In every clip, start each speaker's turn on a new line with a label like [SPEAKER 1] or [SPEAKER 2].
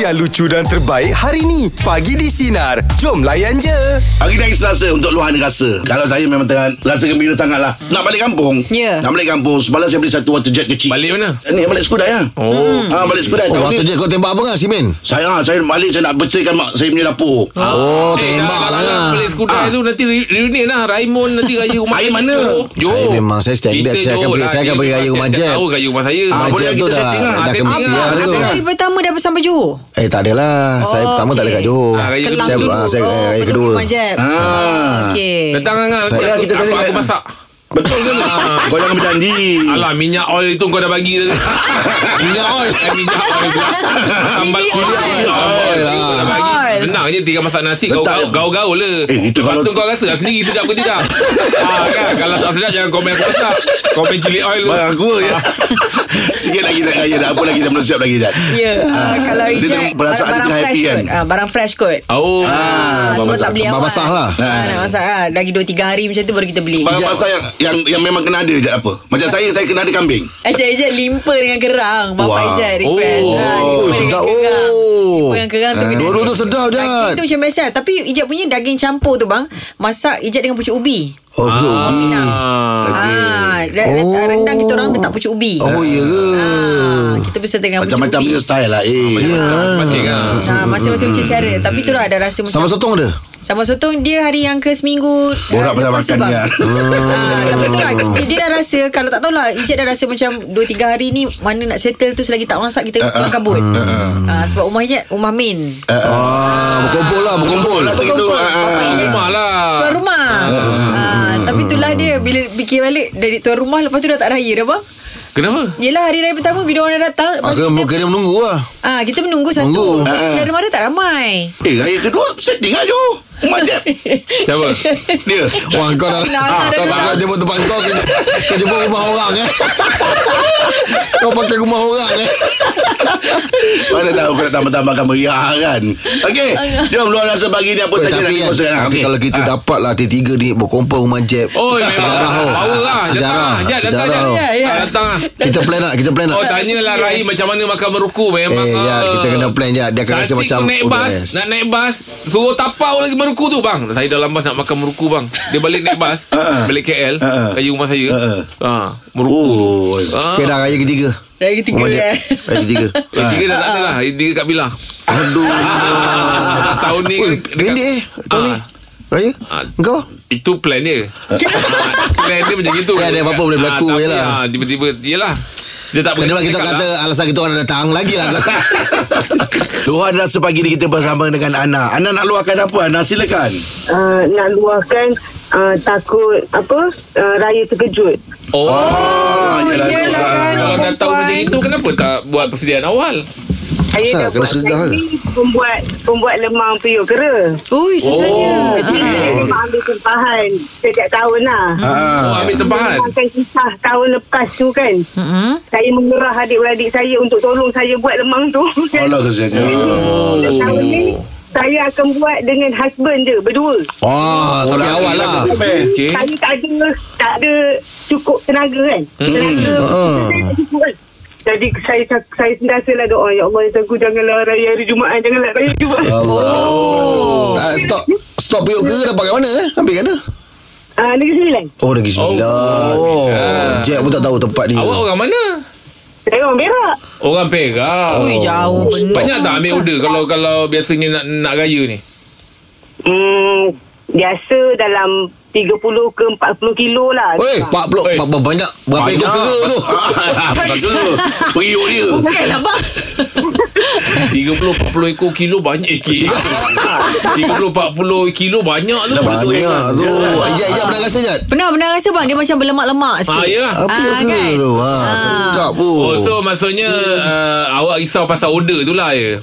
[SPEAKER 1] yang lucu dan terbaik hari ni. Pagi di Sinar. Jom layan je.
[SPEAKER 2] Hari ni hari Selasa untuk luahan rasa. Kalau saya memang tengah rasa gembira sangatlah. Nak balik kampung.
[SPEAKER 3] Ya.
[SPEAKER 2] Nak balik kampung. Semalam saya beli satu water jet kecil.
[SPEAKER 4] Balik mana?
[SPEAKER 2] Ni balik Skudai ya.
[SPEAKER 4] Oh.
[SPEAKER 2] Ha, balik Skudai.
[SPEAKER 5] Oh,
[SPEAKER 2] Tahu
[SPEAKER 5] waktu
[SPEAKER 2] ni?
[SPEAKER 5] je kau tembak apa kan Simin?
[SPEAKER 2] Saya ha, saya balik saya nak betulkan mak saya punya dapur.
[SPEAKER 5] Oh, tembak
[SPEAKER 4] dah, dah, dah.
[SPEAKER 5] lah lah.
[SPEAKER 4] Balik skudai
[SPEAKER 2] Ah.
[SPEAKER 4] tu nanti re- reunion lah. Raimon nanti raya rumah.
[SPEAKER 2] Air
[SPEAKER 4] kita.
[SPEAKER 2] mana?
[SPEAKER 4] Johor.
[SPEAKER 5] Saya memang, saya standard.
[SPEAKER 4] Kita
[SPEAKER 5] Saya akan
[SPEAKER 4] Johor
[SPEAKER 5] pergi-
[SPEAKER 4] lah.
[SPEAKER 5] saya akan
[SPEAKER 4] Dia-
[SPEAKER 5] pergi raya
[SPEAKER 4] dia-
[SPEAKER 5] rumah
[SPEAKER 4] dia
[SPEAKER 5] Jet.
[SPEAKER 4] Tahu raya rumah
[SPEAKER 2] Ah,
[SPEAKER 4] saya.
[SPEAKER 5] Mak
[SPEAKER 2] boleh
[SPEAKER 5] Jet
[SPEAKER 2] kita
[SPEAKER 5] tu dah,
[SPEAKER 2] setting lah.
[SPEAKER 5] dah
[SPEAKER 4] Ada
[SPEAKER 5] kemetian
[SPEAKER 4] tengah, ada
[SPEAKER 5] tu.
[SPEAKER 2] tengah.
[SPEAKER 3] Hari pertama dah bersama Johor
[SPEAKER 5] Eh tak adalah. saya
[SPEAKER 3] Oh,
[SPEAKER 5] pertama tak ada
[SPEAKER 3] okey. Oh,
[SPEAKER 5] kat Johor.
[SPEAKER 4] Ah, raya
[SPEAKER 5] saya,
[SPEAKER 4] kedua.
[SPEAKER 5] ah, saya eh, raya
[SPEAKER 3] betul,
[SPEAKER 5] kedua.
[SPEAKER 3] Mak Jeb.
[SPEAKER 2] Ah.
[SPEAKER 3] Okey
[SPEAKER 4] Datang Angah. Aku,
[SPEAKER 2] Saya-
[SPEAKER 4] aku,
[SPEAKER 2] kita
[SPEAKER 4] aku,
[SPEAKER 2] tengok.
[SPEAKER 4] aku masak.
[SPEAKER 2] Betul ke? tak? Kau jangan berjanji.
[SPEAKER 4] Alah minyak oil tu kau dah bagi tadi.
[SPEAKER 5] Minyak oil.
[SPEAKER 4] Eh, minyak oil tu. Sambal oil.
[SPEAKER 5] Cili oil.
[SPEAKER 4] Sambal oil.
[SPEAKER 5] Sambal
[SPEAKER 4] Kau
[SPEAKER 5] oil.
[SPEAKER 4] dah bagi. Senang je tinggal masak nasi kau
[SPEAKER 2] Letak.
[SPEAKER 4] gaul-gaul le.
[SPEAKER 2] Eh, itu
[SPEAKER 4] Lepas
[SPEAKER 2] kalau-
[SPEAKER 4] tu kau rasa lah sendiri sedap ke tidak. Ah kan kalau tak sedap jangan komen aku masak. Komen cili oil tu.
[SPEAKER 2] Bang aku ya.
[SPEAKER 4] Ah.
[SPEAKER 2] Sikit lagi nak kaya dah. Apa lagi dah belum siap lagi Jad.
[SPEAKER 3] Ya ah, Kalau
[SPEAKER 2] Dia
[SPEAKER 3] reject
[SPEAKER 2] tengok perasaan dia kena happy kan?
[SPEAKER 3] kot Ah, Barang fresh kot
[SPEAKER 4] Oh.
[SPEAKER 2] Ah,
[SPEAKER 3] Sebab
[SPEAKER 2] masak.
[SPEAKER 3] tak beli
[SPEAKER 5] Abang
[SPEAKER 3] awal
[SPEAKER 5] masak lah.
[SPEAKER 3] Ah, Nak masak lah Lagi 2-3 hari macam tu Baru kita beli
[SPEAKER 2] Barang pasal yang, yang yang memang kena ada Jad apa? Macam saya saya kena ada kambing.
[SPEAKER 3] Ejek-ejek limpa dengan kerang
[SPEAKER 2] Wah.
[SPEAKER 3] Bapak Ejek request
[SPEAKER 4] Oh.
[SPEAKER 3] Ah,
[SPEAKER 2] Oh,
[SPEAKER 3] limpa dengan
[SPEAKER 5] Sedap.
[SPEAKER 3] kerang.
[SPEAKER 5] Oh.
[SPEAKER 3] Limpa dengan kerang tu kena
[SPEAKER 5] Dua-dua tu sedap je.
[SPEAKER 3] Daging tu macam biasa Tapi Ijat punya daging campur tu bang Masak Ijat dengan pucuk ubi
[SPEAKER 5] Oh, betul. Bi.
[SPEAKER 4] Ah.
[SPEAKER 3] Ah, oh.
[SPEAKER 5] Oh.
[SPEAKER 3] Rendang kita orang letak pucuk ubi
[SPEAKER 5] Oh, ya ke?
[SPEAKER 3] Ah, kita berserta dengan
[SPEAKER 2] Macam-macam
[SPEAKER 3] pucuk
[SPEAKER 2] punya
[SPEAKER 3] ubi.
[SPEAKER 2] style lah. Eh.
[SPEAKER 5] Ya.
[SPEAKER 4] Masih kan.
[SPEAKER 3] Ah, masing-masing macam cara Tapi tu lah ada rasa macam
[SPEAKER 5] Sama sotong ada?
[SPEAKER 3] Sama sotong dia hari yang ke seminggu
[SPEAKER 2] Borak pasal
[SPEAKER 3] lepas tu,
[SPEAKER 2] makan
[SPEAKER 3] bang.
[SPEAKER 2] dia.
[SPEAKER 3] Ah, tapi tu lah dia, dia dah rasa Kalau tak tahulah Ijat dah rasa macam 2-3 hari ni Mana nak settle tu Selagi tak masak Kita pulang kabut Ah, Sebab rumah Ijat Rumah main
[SPEAKER 5] Ah, berkumpul lah, berkumpul.
[SPEAKER 2] Bola begitu.
[SPEAKER 4] Tuan rumah lah
[SPEAKER 3] Tuan rumah ah, Tapi itulah dia Bila fikir balik Dari tuan rumah Lepas tu dah tak raya dah bang
[SPEAKER 4] Kenapa?
[SPEAKER 3] Yelah hari raya pertama Bila orang dah datang lepas
[SPEAKER 5] Ah,
[SPEAKER 3] tu
[SPEAKER 5] kena, kena menunggu lah.
[SPEAKER 3] Ah kita menunggu Ah, satu.
[SPEAKER 5] Menunggu.
[SPEAKER 3] Lepas tu Saudara mara tak ramai.
[SPEAKER 2] Eh, raya kedua setting lah, aja. Mak Jeb.
[SPEAKER 4] Siapa?
[SPEAKER 2] Dia.
[SPEAKER 5] Wah, kau dah...
[SPEAKER 3] Nak- nak-
[SPEAKER 5] Ah,
[SPEAKER 3] nak-
[SPEAKER 5] Kau tak
[SPEAKER 3] nak-
[SPEAKER 5] nak jemput tempat kau. kau- Kau jemput rumah orang eh. Kau pakai rumah orang eh.
[SPEAKER 2] Mana tahu kau nak tambah-tambahkan meriah kan. Okey. Jom luar rasa bagi ni apa
[SPEAKER 5] Kau
[SPEAKER 2] saja nak
[SPEAKER 5] tapi kan,
[SPEAKER 2] kongsikan.
[SPEAKER 5] tapi
[SPEAKER 2] Okey.
[SPEAKER 5] kalau kita
[SPEAKER 2] Ah.
[SPEAKER 5] dapat lah T3 ni berkumpul rumah Jeb.
[SPEAKER 4] Oh, memang
[SPEAKER 5] sejarah oh.
[SPEAKER 4] Power lah.
[SPEAKER 5] Sejarah.
[SPEAKER 4] Datang, Jad, datang,
[SPEAKER 5] Sejarah.
[SPEAKER 4] Jad.
[SPEAKER 5] oh.
[SPEAKER 3] Ya, ya.
[SPEAKER 4] Ah, Datang lah.
[SPEAKER 5] Kita plan lah, kita plan lah.
[SPEAKER 4] Oh, tanyalah Rai macam mana makan meruku. Memang.
[SPEAKER 5] Eh, ya,
[SPEAKER 4] ah.
[SPEAKER 5] kita kena plan je. Dia akan rasa
[SPEAKER 4] Saksi
[SPEAKER 5] macam
[SPEAKER 4] tu naik
[SPEAKER 5] oh,
[SPEAKER 4] bas,
[SPEAKER 5] best.
[SPEAKER 4] nak naik bas, suruh tapau lagi meruku tu bang. Saya dalam bas nak makan meruku bang. Dia balik naik bas,
[SPEAKER 5] Ha,
[SPEAKER 2] Ah.
[SPEAKER 4] balik KL,
[SPEAKER 2] Ah.
[SPEAKER 4] raya rumah saya.
[SPEAKER 2] Ah.
[SPEAKER 4] Ah, meruku.
[SPEAKER 2] Oh.
[SPEAKER 4] Ah.
[SPEAKER 5] Okay, ha. dah raya ketiga.
[SPEAKER 3] Raya ketiga
[SPEAKER 5] Rumah Jeb.
[SPEAKER 3] eh.
[SPEAKER 5] Raya ketiga.
[SPEAKER 4] Eh, Tiga
[SPEAKER 5] Ha.
[SPEAKER 4] dah tak ada lah. Tiga kat Bilah.
[SPEAKER 5] Aduh. Ha,
[SPEAKER 4] Ah, Tahun ni
[SPEAKER 5] Oi,
[SPEAKER 4] dekat-
[SPEAKER 5] pendek eh. Tahun ni.
[SPEAKER 4] Ah.
[SPEAKER 5] Raya?
[SPEAKER 4] Ah.
[SPEAKER 5] Kau?
[SPEAKER 4] Itu plan dia Ah, Plan dia macam gitu
[SPEAKER 5] Ha. Ya, ada apa-apa boleh berlaku,
[SPEAKER 4] tapi,
[SPEAKER 5] yelah.
[SPEAKER 4] ah, Tiba-tiba Yelah Dia tak
[SPEAKER 5] Kenapa kita
[SPEAKER 4] cakap lah.
[SPEAKER 5] kata alasan kita orang datang lagi lah.
[SPEAKER 2] Luar rasa pagi ni kita bersama dengan Ana. Ana nak luahkan apa? Ana silakan.
[SPEAKER 6] uh, nak luahkan uh, takut apa uh, raya terkejut.
[SPEAKER 4] Oh,
[SPEAKER 2] Oh,
[SPEAKER 3] yelah, yelah kan.
[SPEAKER 4] Kalau dah tahu
[SPEAKER 3] perempuan.
[SPEAKER 4] macam itu Kenapa tak buat persediaan awal
[SPEAKER 6] Saya
[SPEAKER 5] Asal?
[SPEAKER 6] dah
[SPEAKER 5] Kena
[SPEAKER 6] buat
[SPEAKER 5] sergah
[SPEAKER 6] plan ni, pembuat pembuat lemang piyuk kera.
[SPEAKER 3] Ui, Ah, sejanya.
[SPEAKER 4] Oh,
[SPEAKER 6] Jadi saya memang ambil tempahan setiap tahun lah.
[SPEAKER 2] Ah.
[SPEAKER 4] Oh, ambil tempahan
[SPEAKER 6] Memangkan kisah tahun lepas tu kan.
[SPEAKER 3] Ha. Mm-mm.
[SPEAKER 6] Saya mengerah adik-beradik saya untuk tolong saya buat lemang tu.
[SPEAKER 2] Allah kesiannya.
[SPEAKER 4] Oh
[SPEAKER 6] Tahun ni saya akan buat dengan husband je berdua.
[SPEAKER 5] Wah, tapi awal lah.
[SPEAKER 4] Okay
[SPEAKER 6] Saya tak ada tak ada cukup tenaga kan. Tenaga
[SPEAKER 5] Ah.
[SPEAKER 6] saya tak cukup kan. Jadi saya saya sentiasalah doa ya Allah ya Tuhanku janganlah raya hari Jumaat janganlah raya Jumaat.
[SPEAKER 5] Ya Tak, stop. Stop piuk ke dapat kat mana eh? Ambil kat mana?
[SPEAKER 6] Ah uh, negeri sembilan.
[SPEAKER 5] Oh, Negeri Sembilan. Jack pun tak tahu tempat dia.
[SPEAKER 4] Oh. Awak orang mana
[SPEAKER 6] Saya orang Perak.
[SPEAKER 4] Orang Perak
[SPEAKER 3] Ui, jauh benar.
[SPEAKER 4] Banyak tak ambil order Kalau kalau biasanya nak nak raya ni
[SPEAKER 6] Hmm biasa dalam 30 ke 40 kilo lah.
[SPEAKER 5] Oi,
[SPEAKER 6] Ah.
[SPEAKER 5] Pak Blok,
[SPEAKER 4] Oi.
[SPEAKER 5] Pak Blok banyak. Berapa
[SPEAKER 2] Banyak.
[SPEAKER 5] ekor kera tu?
[SPEAKER 2] Betul. Periuk dia.
[SPEAKER 3] Bukanlah
[SPEAKER 5] lah,
[SPEAKER 3] bang.
[SPEAKER 4] 30-40 ekor kilo banyak Eh, kilo 30-40 kilo banyak tu
[SPEAKER 5] Banyak tu. Ejak, ejak pernah rasa, Jat?
[SPEAKER 3] Pernah pernah rasa bang dia macam berlemak-lemak sikit.
[SPEAKER 4] Ah, yelah
[SPEAKER 5] Apa
[SPEAKER 3] Ah,
[SPEAKER 5] ah, ke
[SPEAKER 3] kan?
[SPEAKER 5] tu? Ha,
[SPEAKER 3] Ah.
[SPEAKER 5] sedap pun.
[SPEAKER 4] Oh, so maksudnya uh, awak risau pasal order tu lah ya.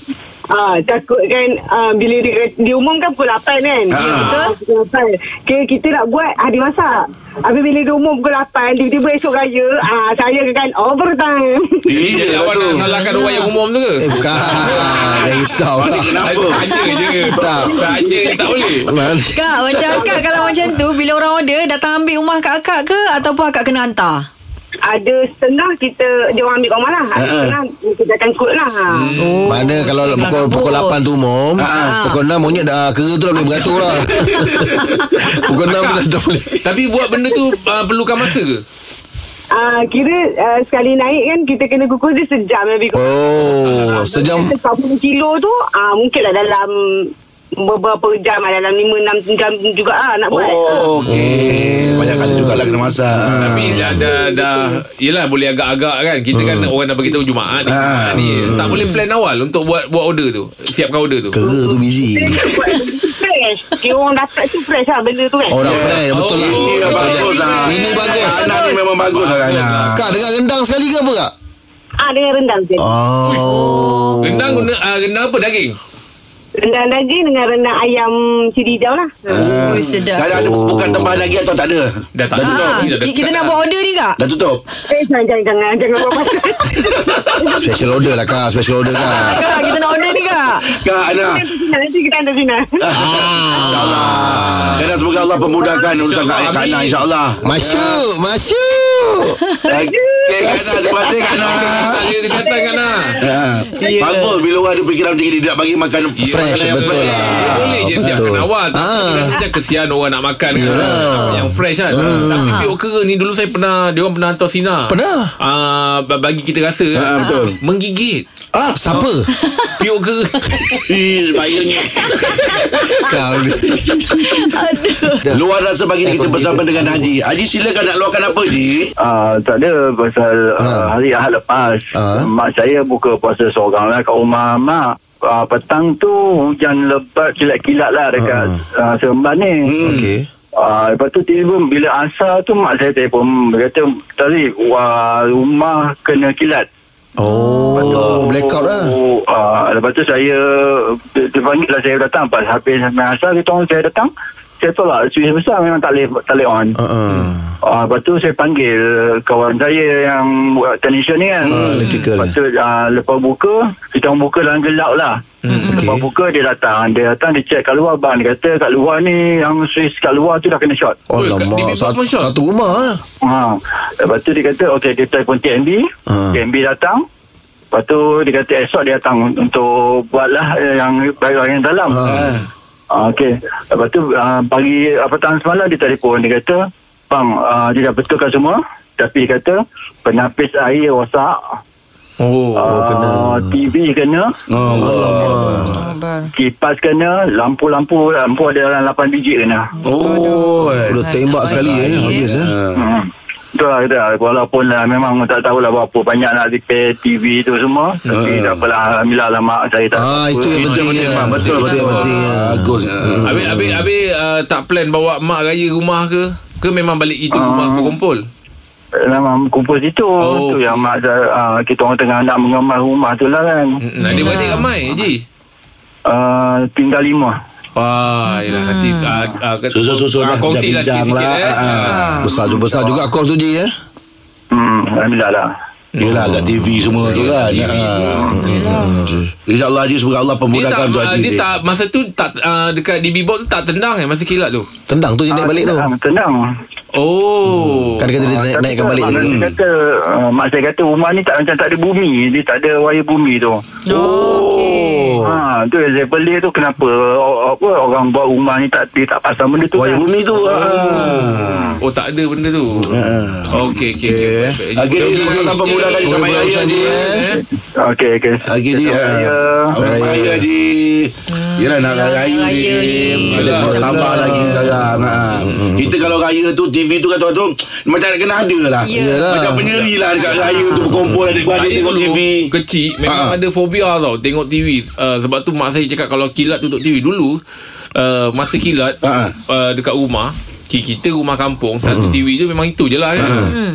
[SPEAKER 6] Ah, takut kan ah, bila dia, dia umumkan pukul 8 kan.
[SPEAKER 5] Ah.
[SPEAKER 2] Ya,
[SPEAKER 3] betul.
[SPEAKER 6] Pukul 8. Okay, kita nak buat hari masak. Habis bila dia umum pukul 8, tiba-tiba esok raya, ah, saya akan overtime.
[SPEAKER 4] Jadi
[SPEAKER 2] Iya,
[SPEAKER 4] awak
[SPEAKER 2] tu.
[SPEAKER 4] nak salahkan orang yang umum tu ke?
[SPEAKER 5] Eh, bukan. Dah risau lah.
[SPEAKER 2] Kenapa?
[SPEAKER 4] Tanya je.
[SPEAKER 5] Tak.
[SPEAKER 4] Tanya je tak boleh.
[SPEAKER 5] Nanti.
[SPEAKER 3] Kak, macam akak kalau macam tu Bila orang order Datang ambil rumah akak-akak ke Ataupun akak kena hantar
[SPEAKER 6] ada setengah kita dia orang ambil kat rumah lah.
[SPEAKER 2] Ha,
[SPEAKER 6] Ada
[SPEAKER 2] ha.
[SPEAKER 6] setengah kita akan kot lah. Ha.
[SPEAKER 3] Oh.
[SPEAKER 5] Mana kalau pukul, pukul 8 tu umum
[SPEAKER 3] Ah.
[SPEAKER 5] Pukul 6 monyet dah Kera tu dah boleh beratur lah Pukul 6 tu dah, dah boleh
[SPEAKER 4] Tapi buat benda tu uh, perlukan masa ke?
[SPEAKER 6] Ah, kira ah, sekali naik kan kita kena kukus dia sejam lebih kurang.
[SPEAKER 5] Oh Sejam
[SPEAKER 6] Kita 40 kilo tu ah, mungkin lah dalam beberapa jam lah, dalam 5 6 jam juga ah nak buat.
[SPEAKER 2] Oh, okey. Banyak kali jugalah kena masak. Ah.
[SPEAKER 4] Tapi
[SPEAKER 5] Ah.
[SPEAKER 4] dah, dah, dah Yelah boleh agak-agak kan Kita kan
[SPEAKER 5] Hmm.
[SPEAKER 4] orang dah beritahu Jumaat
[SPEAKER 5] Ah.
[SPEAKER 4] ni, Jumaat ni Tak boleh plan awal Untuk buat buat order tu Siapkan order tu
[SPEAKER 5] Kera tu busy
[SPEAKER 6] Buat benda tu fresh. Kira orang dapat tu fresh lah benda tu kan.
[SPEAKER 5] Orang fresh Betul lah
[SPEAKER 2] Oh, Ini dah bagus lah.
[SPEAKER 5] Ini bagus.
[SPEAKER 2] Anak ni memang bagus lah Ana.
[SPEAKER 5] Kak dengan rendang sekali ke apa kak?
[SPEAKER 6] Ah, dengan rendang je.
[SPEAKER 5] Oh
[SPEAKER 4] Rendang guna uh, Rendang apa daging
[SPEAKER 6] Rendang daging dengan rendang ayam cili hijau lah. Ha.
[SPEAKER 3] Oh,
[SPEAKER 5] Ah.
[SPEAKER 2] Dah
[SPEAKER 3] sedap.
[SPEAKER 2] ada ada bukan tambahan lagi atau tak ada?
[SPEAKER 4] Dah tak
[SPEAKER 2] Dah
[SPEAKER 4] ada.
[SPEAKER 2] tutup.
[SPEAKER 3] Ah, ki- kita nak buat order ni kak?
[SPEAKER 2] Dah tutup.
[SPEAKER 6] Eh, jangan, jangan, jangan. Jangan buat pasal.
[SPEAKER 5] Special order lah kak Special order kak
[SPEAKER 3] Kak, kita nak order ni kak.
[SPEAKER 2] Kak Ana.
[SPEAKER 6] Nanti kita ada final.
[SPEAKER 2] InsyaAllah. Dan semoga Allah pemudahkan urusan Kak
[SPEAKER 4] InsyaAllah.
[SPEAKER 2] Kak Ana
[SPEAKER 4] Amin.
[SPEAKER 2] insyaAllah.
[SPEAKER 5] Masuk Masuk
[SPEAKER 2] Okey Kak Ana. Terima kasih Kak Ana.
[SPEAKER 4] Tak ada kesihatan kan lah
[SPEAKER 2] Ha. Bagus bila orang ada fikiran macam ni dia nak bagi makan
[SPEAKER 5] Fresh,
[SPEAKER 2] makanan yang
[SPEAKER 5] betul
[SPEAKER 2] fresh.
[SPEAKER 5] lah.
[SPEAKER 4] Dia Boleh je
[SPEAKER 5] Betul.
[SPEAKER 4] siapkan awal Tapi
[SPEAKER 5] Ah.
[SPEAKER 4] kita rasa kesian orang nak makan kan.
[SPEAKER 5] Yalah. Hmm.
[SPEAKER 4] Yang fresh kan Tapi piok kera ni Dulu saya pernah Dia orang pernah hantar Sina
[SPEAKER 5] Pernah?
[SPEAKER 4] Ah, Bagi kita rasa
[SPEAKER 2] Ah, betul.
[SPEAKER 4] Menggigit
[SPEAKER 5] Ah, Siapa?
[SPEAKER 4] Piok kera
[SPEAKER 2] Ih, bayangnya.
[SPEAKER 5] Kau ni
[SPEAKER 2] Luar rasa bagi kita bersama dengan Haji. Haji silakan nak luahkan apa Haji?
[SPEAKER 7] Ah, tak ada pasal
[SPEAKER 5] Ah.
[SPEAKER 7] ah. hari Ahad lepas
[SPEAKER 5] Ah.
[SPEAKER 7] mak saya buka puasa seorang lah kat rumah mak. Ah, petang tu hujan lebat kilat-kilat lah dekat ah. Seremban ni. Hmm.
[SPEAKER 5] Okey
[SPEAKER 7] Ah, lepas tu tiba bila asar tu mak saya telefon dia kata tadi wah, rumah kena kilat.
[SPEAKER 5] Oh Blackout lah
[SPEAKER 7] Ah, lepas tu saya dia, dia panggil lah saya datang pas habis main asar dia tahu saya datang. Saya tolak switch besar memang tak boleh tak boleh on.
[SPEAKER 5] Uh-uh.
[SPEAKER 7] Ah, lepas tu saya panggil kawan saya yang buat technician ni kan.
[SPEAKER 5] Ah, electrical.
[SPEAKER 7] Lepas tu ah, lepas buka, kita orang buka dalam gelap lah. Hmm, lepas
[SPEAKER 5] okey.
[SPEAKER 7] buka dia datang. Dia datang dia check kat luar bang. Dia kata kat luar ni yang Swiss kat luar tu dah kena shot.
[SPEAKER 5] Oh,
[SPEAKER 4] Oi, kat- di
[SPEAKER 5] lama
[SPEAKER 4] bawah
[SPEAKER 5] satu,
[SPEAKER 4] shop.
[SPEAKER 5] satu rumah eh.
[SPEAKER 7] Ha. Lepas tu dia kata okey dia telefon TNB.
[SPEAKER 5] Ah.
[SPEAKER 7] TNB datang. Lepas tu dia kata esok dia datang untuk buatlah eh, yang barang yang dalam.
[SPEAKER 5] Ah.
[SPEAKER 7] Ah, Okey. Lepas tu uh, pagi apa petang semalam dia telefon dia kata, "Bang, uh, dia dah betulkan semua." Tapi dia kata penapis air rosak.
[SPEAKER 4] Oh
[SPEAKER 7] Oh,
[SPEAKER 5] kena.
[SPEAKER 7] TV kena,
[SPEAKER 2] Oh.
[SPEAKER 5] Alamak.
[SPEAKER 7] kipas kena, lampu-lampu lampu ada dalam 8 biji kena.
[SPEAKER 2] Oh. Ha.
[SPEAKER 5] Dah tembak sekali eh. Habis eh.
[SPEAKER 7] Hmm. Betul lah, betul lah. Walaupun lah memang tak tahulah berapa banyak lah nak repair TV tu semua. Tapi tak apalah. Alhamdulillah lah mak saya tak
[SPEAKER 5] Ah,
[SPEAKER 7] apa.
[SPEAKER 5] itu yang penting.
[SPEAKER 2] Betul,
[SPEAKER 5] ya.
[SPEAKER 2] betul, betul,
[SPEAKER 5] Itu yang
[SPEAKER 2] betul.
[SPEAKER 5] penting. ya.
[SPEAKER 2] Bagus.
[SPEAKER 4] Habis, habis, habis uh, tak plan bawa mak raya rumah ke? Ke memang balik itu rumah
[SPEAKER 7] Ah.
[SPEAKER 4] berkumpul?
[SPEAKER 7] Eh, Memang kumpul situ.
[SPEAKER 4] Oh,
[SPEAKER 7] Oh, tu
[SPEAKER 4] okey.
[SPEAKER 7] yang mak saya, ah, kita orang tengah nak mengemas rumah tu lah kan.
[SPEAKER 4] Hmm. Adik-adik ramai, Ji?
[SPEAKER 7] Ah, tinggal lima.
[SPEAKER 4] Wah, yelah Ah, nanti uh, uh,
[SPEAKER 2] Susul-susul lah,
[SPEAKER 4] Kongsi lah
[SPEAKER 2] bincang
[SPEAKER 4] sikit-sikit
[SPEAKER 2] lah.
[SPEAKER 4] eh.
[SPEAKER 2] Ah, ah.
[SPEAKER 5] Besar juga besar juga kos tu je eh.
[SPEAKER 7] Hmm, Alhamdulillah lah.
[SPEAKER 2] Yelah kat TV semua tu kan InsyaAllah Haji Semoga Allah
[SPEAKER 4] Dia tak,
[SPEAKER 2] pemudahkan untuk
[SPEAKER 4] ah,
[SPEAKER 2] Haji
[SPEAKER 4] dia tak masa tu tak uh, dekat DB box tu tak tendang eh masa kilat tu.
[SPEAKER 5] Tendang tu je naik
[SPEAKER 7] Ah,
[SPEAKER 5] balik tu.
[SPEAKER 7] tenang, Tenang.
[SPEAKER 4] Oh.
[SPEAKER 5] Kan dia kata dia naik,
[SPEAKER 7] Tapi
[SPEAKER 5] naikkan
[SPEAKER 7] kan
[SPEAKER 5] balik
[SPEAKER 7] mak
[SPEAKER 5] tu. Hmm.
[SPEAKER 7] Saya kata, ah, mak saya kata rumah ni tak macam tak ada bumi. Dia tak ada wire bumi tu.
[SPEAKER 3] Okey.
[SPEAKER 7] Ha, tu yang saya pelik tu kenapa o- apa orang buat rumah ni tak dia tak pasang benda tu. kan?
[SPEAKER 2] Wahai bumi tu ah.
[SPEAKER 4] Oh tak ada benda tu. Okey okey okey.
[SPEAKER 5] Okey.
[SPEAKER 4] Baik, baik.
[SPEAKER 2] Okey Haji Semoga Allah pemudahkan
[SPEAKER 5] Okey,
[SPEAKER 2] Sampai
[SPEAKER 5] okey,
[SPEAKER 2] raya
[SPEAKER 5] Haji,
[SPEAKER 2] Haji
[SPEAKER 5] eh.
[SPEAKER 4] Eh?
[SPEAKER 7] Okey okey.
[SPEAKER 2] Okey Haji ah. Sampai
[SPEAKER 5] Raya.
[SPEAKER 2] raya Haji Yelah nak raya ni
[SPEAKER 3] raya ni.
[SPEAKER 2] Ada
[SPEAKER 4] Yelah.
[SPEAKER 2] kos tambah lagi sekarang ah. Kita kalau raya tu TV tu kata tu Macam nak kena ada lah
[SPEAKER 3] Ya.
[SPEAKER 5] Yelah.
[SPEAKER 2] Macam penyeri lah Dekat raya tu berkumpul Adik-adik
[SPEAKER 4] Saya
[SPEAKER 2] tengok
[SPEAKER 4] dulu
[SPEAKER 2] TV
[SPEAKER 4] kecil memang
[SPEAKER 2] Ah.
[SPEAKER 5] Ha.
[SPEAKER 4] ada fobia tau tengok TV. Uh, sebab tu mak saya cakap kalau kilat tutup TV dulu uh, masa kilat
[SPEAKER 5] Ha.
[SPEAKER 2] Ah.
[SPEAKER 4] uh, dekat rumah ki- kita rumah kampung
[SPEAKER 5] Hmm.
[SPEAKER 4] satu TV je memang itu je lah kan.
[SPEAKER 3] Hmm.